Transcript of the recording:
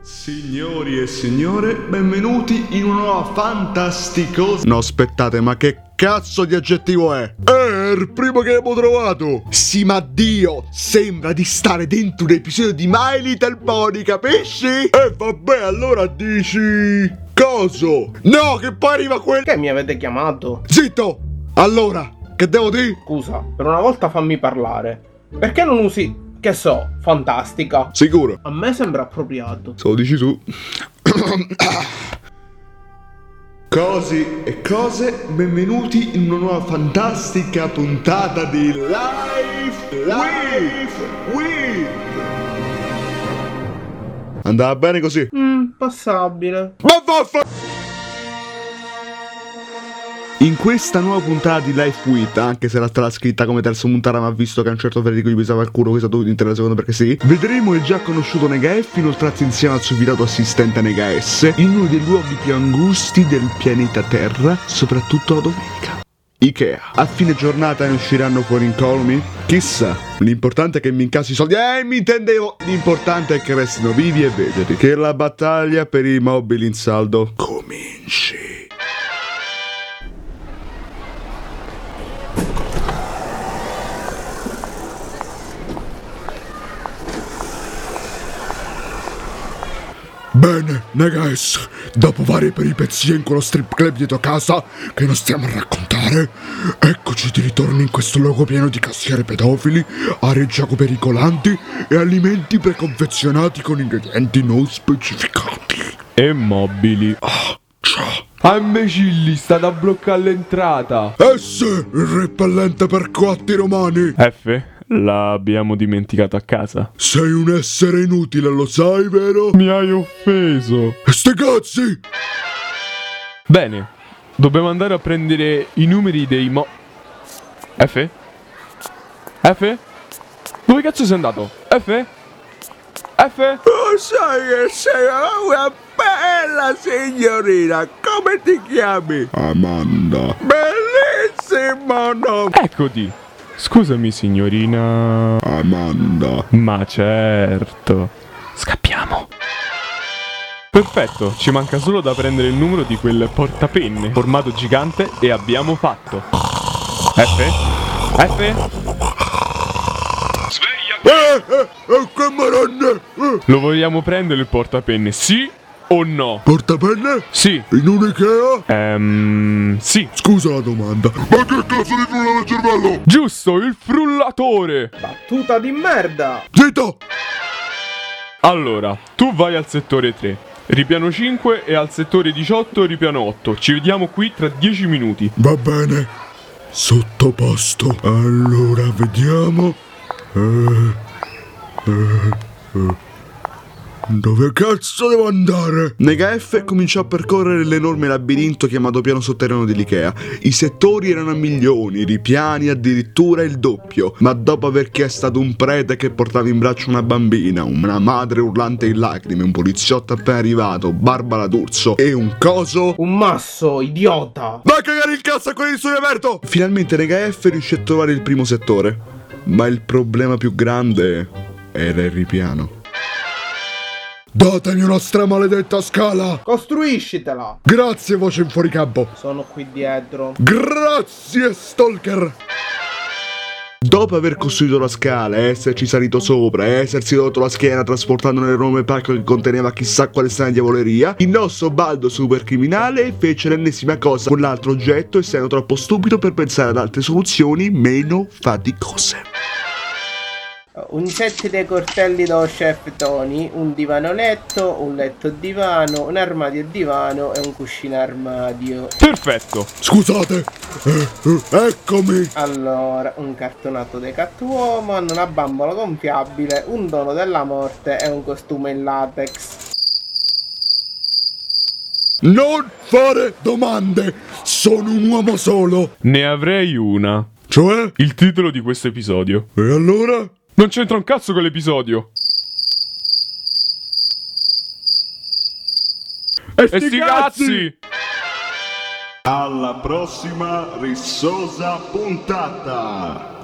Signori e signore, benvenuti in una nuova fantasticosa... No, aspettate, ma che cazzo di aggettivo è? Eh, il primo che abbiamo trovato! Sì, ma Dio, sembra di stare dentro un episodio di My Little Pony, capisci? E vabbè, allora dici... Coso! No, che poi arriva quel... Perché mi avete chiamato? Zitto! Allora, che devo dire? Scusa, per una volta fammi parlare. Perché non usi, che so, fantastica? Sicuro. A me sembra appropriato. Se lo dici tu. Cosi e cose, benvenuti in una nuova fantastica puntata di Life, Life, With. Andava bene così. Mmm, passabile. Ma vaffa! In questa nuova puntata di Life With, anche se l'ha trascritta come terza puntata, ma visto che a un certo Federico gli pesava il culo, questa dovuto intera la seconda perché sì, vedremo il già conosciuto Nega F inoltrato insieme al suo fidato assistente Nega S in uno dei luoghi più angusti del pianeta Terra, soprattutto la domenica. Ikea. A fine giornata ne usciranno fuori incolumi? Chissà. L'importante è che mi incassi i soldi. Eh, mi intendevo. L'importante è che restino vivi e vedeti. Che la battaglia per i mobili in saldo cominci. Bene, Negas, dopo varie peripezie in quello strip club dietro casa, che non stiamo a raccontare, eccoci di ritorno in questo luogo pieno di cassiere pedofili, aree gioco pericolanti e alimenti preconfezionati con ingredienti non specificati. E mobili. Ciao. Ah, imbecilli, state a bloccare l'entrata. S, Eh il repellente per coatti romani. F, l'abbiamo dimenticato a casa. Sei un essere inutile, lo sai, vero? Mi hai offeso. Sti cazzi! Bene, dobbiamo andare a prendere i numeri dei mo... F? F? Dove cazzo sei andato? F? F? Tu sai che sei una bella signorina, come ti chiami? Amanda. Bellissimo nome! Eccoti. Scusami, signorina. Amanda. Ma certo. Scappiamo. Perfetto, ci manca solo da prendere il numero di quel portapenne formato gigante e abbiamo fatto. F? F? Eh, eh, eh, che maronne! Eh, Lo vogliamo prendere il portapenne, sì o no? portapenne? Sì. In un Ikea? Ehm, sì. Scusa la domanda. Ma che cazzo di frulla nel cervello? Giusto, il frullatore. Battuta di merda! Zitto! Allora, tu vai al settore 3, ripiano 5 e al settore 18 ripiano 8. Ci vediamo qui tra 10 minuti. Va bene. Sottoposto. Allora, vediamo. Eh, eh, eh. Dove cazzo devo andare? Nega F cominciò a percorrere l'enorme labirinto chiamato piano sotterraneo dell'Ikea. I settori erano a milioni, i ripiani addirittura il doppio. Ma dopo aver chiesto ad un prete che portava in braccio una bambina, una madre urlante in lacrime, un poliziotto appena arrivato, Barbara D'Urso e un coso, Un masso, idiota! Vai a cagare il cazzo a quello di studio aperto! Finalmente Rega F riuscì a trovare il primo settore, ma il problema più grande era il ripiano. Datemi una stramaledetta scala! Costruiscitela! Grazie voce in fuoricampo! Sono qui dietro. Grazie Stalker! Dopo aver costruito la scala, esserci salito sopra, essersi rotto la schiena trasportando nell'enorme pacco che conteneva chissà quale strana diavoleria, il nostro baldo supercriminale fece l'ennesima cosa con l'altro oggetto essendo troppo stupido per pensare ad altre soluzioni meno faticose. Un set dei cortelli da chef Tony, un divano letto, un letto divano, un armadio divano e un cuscino armadio. Perfetto. Scusate, eh, eh, eccomi! Allora, un cartonato dei Catwoman, una bambola gonfiabile, un dono della morte e un costume in latex. Non fare domande! Sono un uomo solo! Ne avrei una. Cioè? Il titolo di questo episodio. E allora? Non c'entra un cazzo con l'episodio. E E sti cazzi! Alla prossima rissosa puntata!